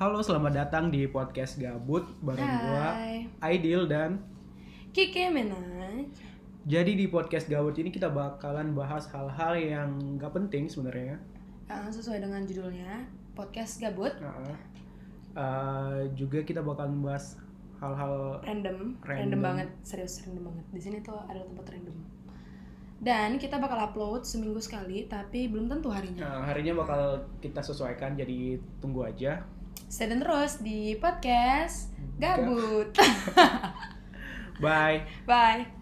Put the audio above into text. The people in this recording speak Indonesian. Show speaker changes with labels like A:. A: Halo, selamat datang di podcast Gabut bareng gua
B: Hai.
A: Aidil dan
B: Kiki Minaj.
A: jadi di podcast Gabut ini kita bakalan bahas hal-hal yang gak penting sebenarnya.
B: Uh, sesuai dengan judulnya, podcast gabut,
A: Nah, eh, juga kita bakalan bahas hal-hal
B: random, random,
A: Random.
B: banget, serius random banget. Di sini tuh ada tempat random. Dan kita bakal upload seminggu sekali, tapi belum tentu harinya.
A: Nah, harinya bakal kita sesuaikan jadi tunggu aja.
B: Stay tune terus di podcast gabut.
A: Bye.
B: Bye.